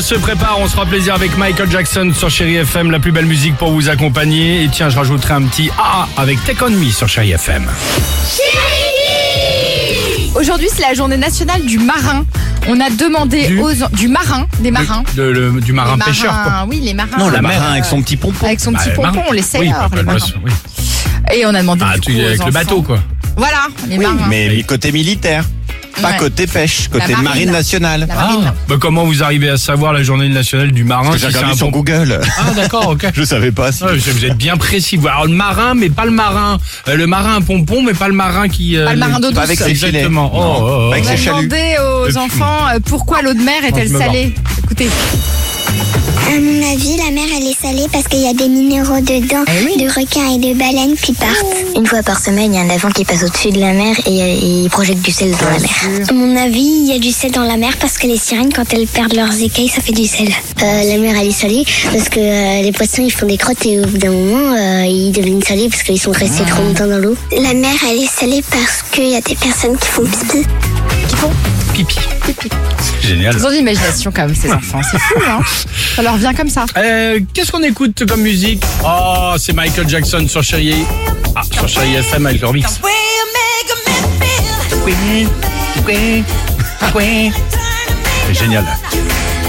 se prépare. On se fera plaisir avec Michael Jackson sur Chéri FM, la plus belle musique pour vous accompagner. Et tiens, je rajouterai un petit A avec Take On Me sur Chéri FM. Aujourd'hui, c'est la journée nationale du marin. On a demandé Du- aux du marin, des marins. De- le- du marin Les pêcheur. quoi. marins, Oui, les marins. Non, le bah, marin avec son petit pompon. Avec son Bah, petit marin. pompon, les Oui, seigneurs, bah, les bah, marins. oui. Et on a demandé Ah, du tu coup, aux avec enfants. le bateau, quoi. Voilà, les Oui, marins. mais côté militaire. Pas Ah, Ouais. côté pêche, côté marine. marine, nationale. La Parce marine. Bah, comment vous arrivez à savoir la journée nationale du marin que si J'ai c'est regardé un sur bon- Google. Ah, d'accord, ok. Je savais pas si. Ouais, vous êtes bien précis. Alors le marin, mais pas le marin. Euh, le marin à pompon, mais pas le marin qui. euh, Pas le marin d'eau Pas douce. avec ses filets. Exactement. Oh, Non, oh, oh. pas avec On a ses chaluts. demandé aux Depuis. enfants euh, pourquoi l'eau de mer est-elle je me salée. Écoutez, À mon avis, la mer, elle est salée parce qu'il y a des minéraux dedans, de requins et de baleines qui partent. Eh Une fois par semaine, il y a un avant qui passe au-dessus de la mer et euh, il projette du sel dans la mer. À mon avis, il y a du sel dans la mer parce que les sirènes, quand elles perdent leurs écailles, ça fait du sel. Euh, la mer, elle est salée parce que euh, les poissons, ils font des crottes et au bout d'un moment, euh, ils deviennent salés parce qu'ils sont restés trop longtemps dans l'eau. La mer, elle est salée parce qu'il y a des personnes qui font pipi. Pipi. C'est Génial. ils ont de l'imagination quand même, ces enfants. C'est fou, hein Ça leur vient comme ça. Euh, Qu'est-ce qu'on écoute comme musique Oh, c'est Michael Jackson sur Chéri. Ah, sur Chéri FM avec leur mix. C'est génial.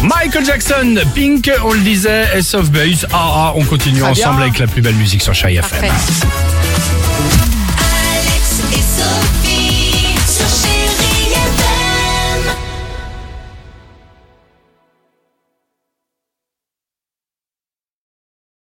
Michael Jackson, Pink, on le disait, S of Base. Ah, ah, on continue Très bien. ensemble avec la plus belle musique sur Chéri FM. Parfait.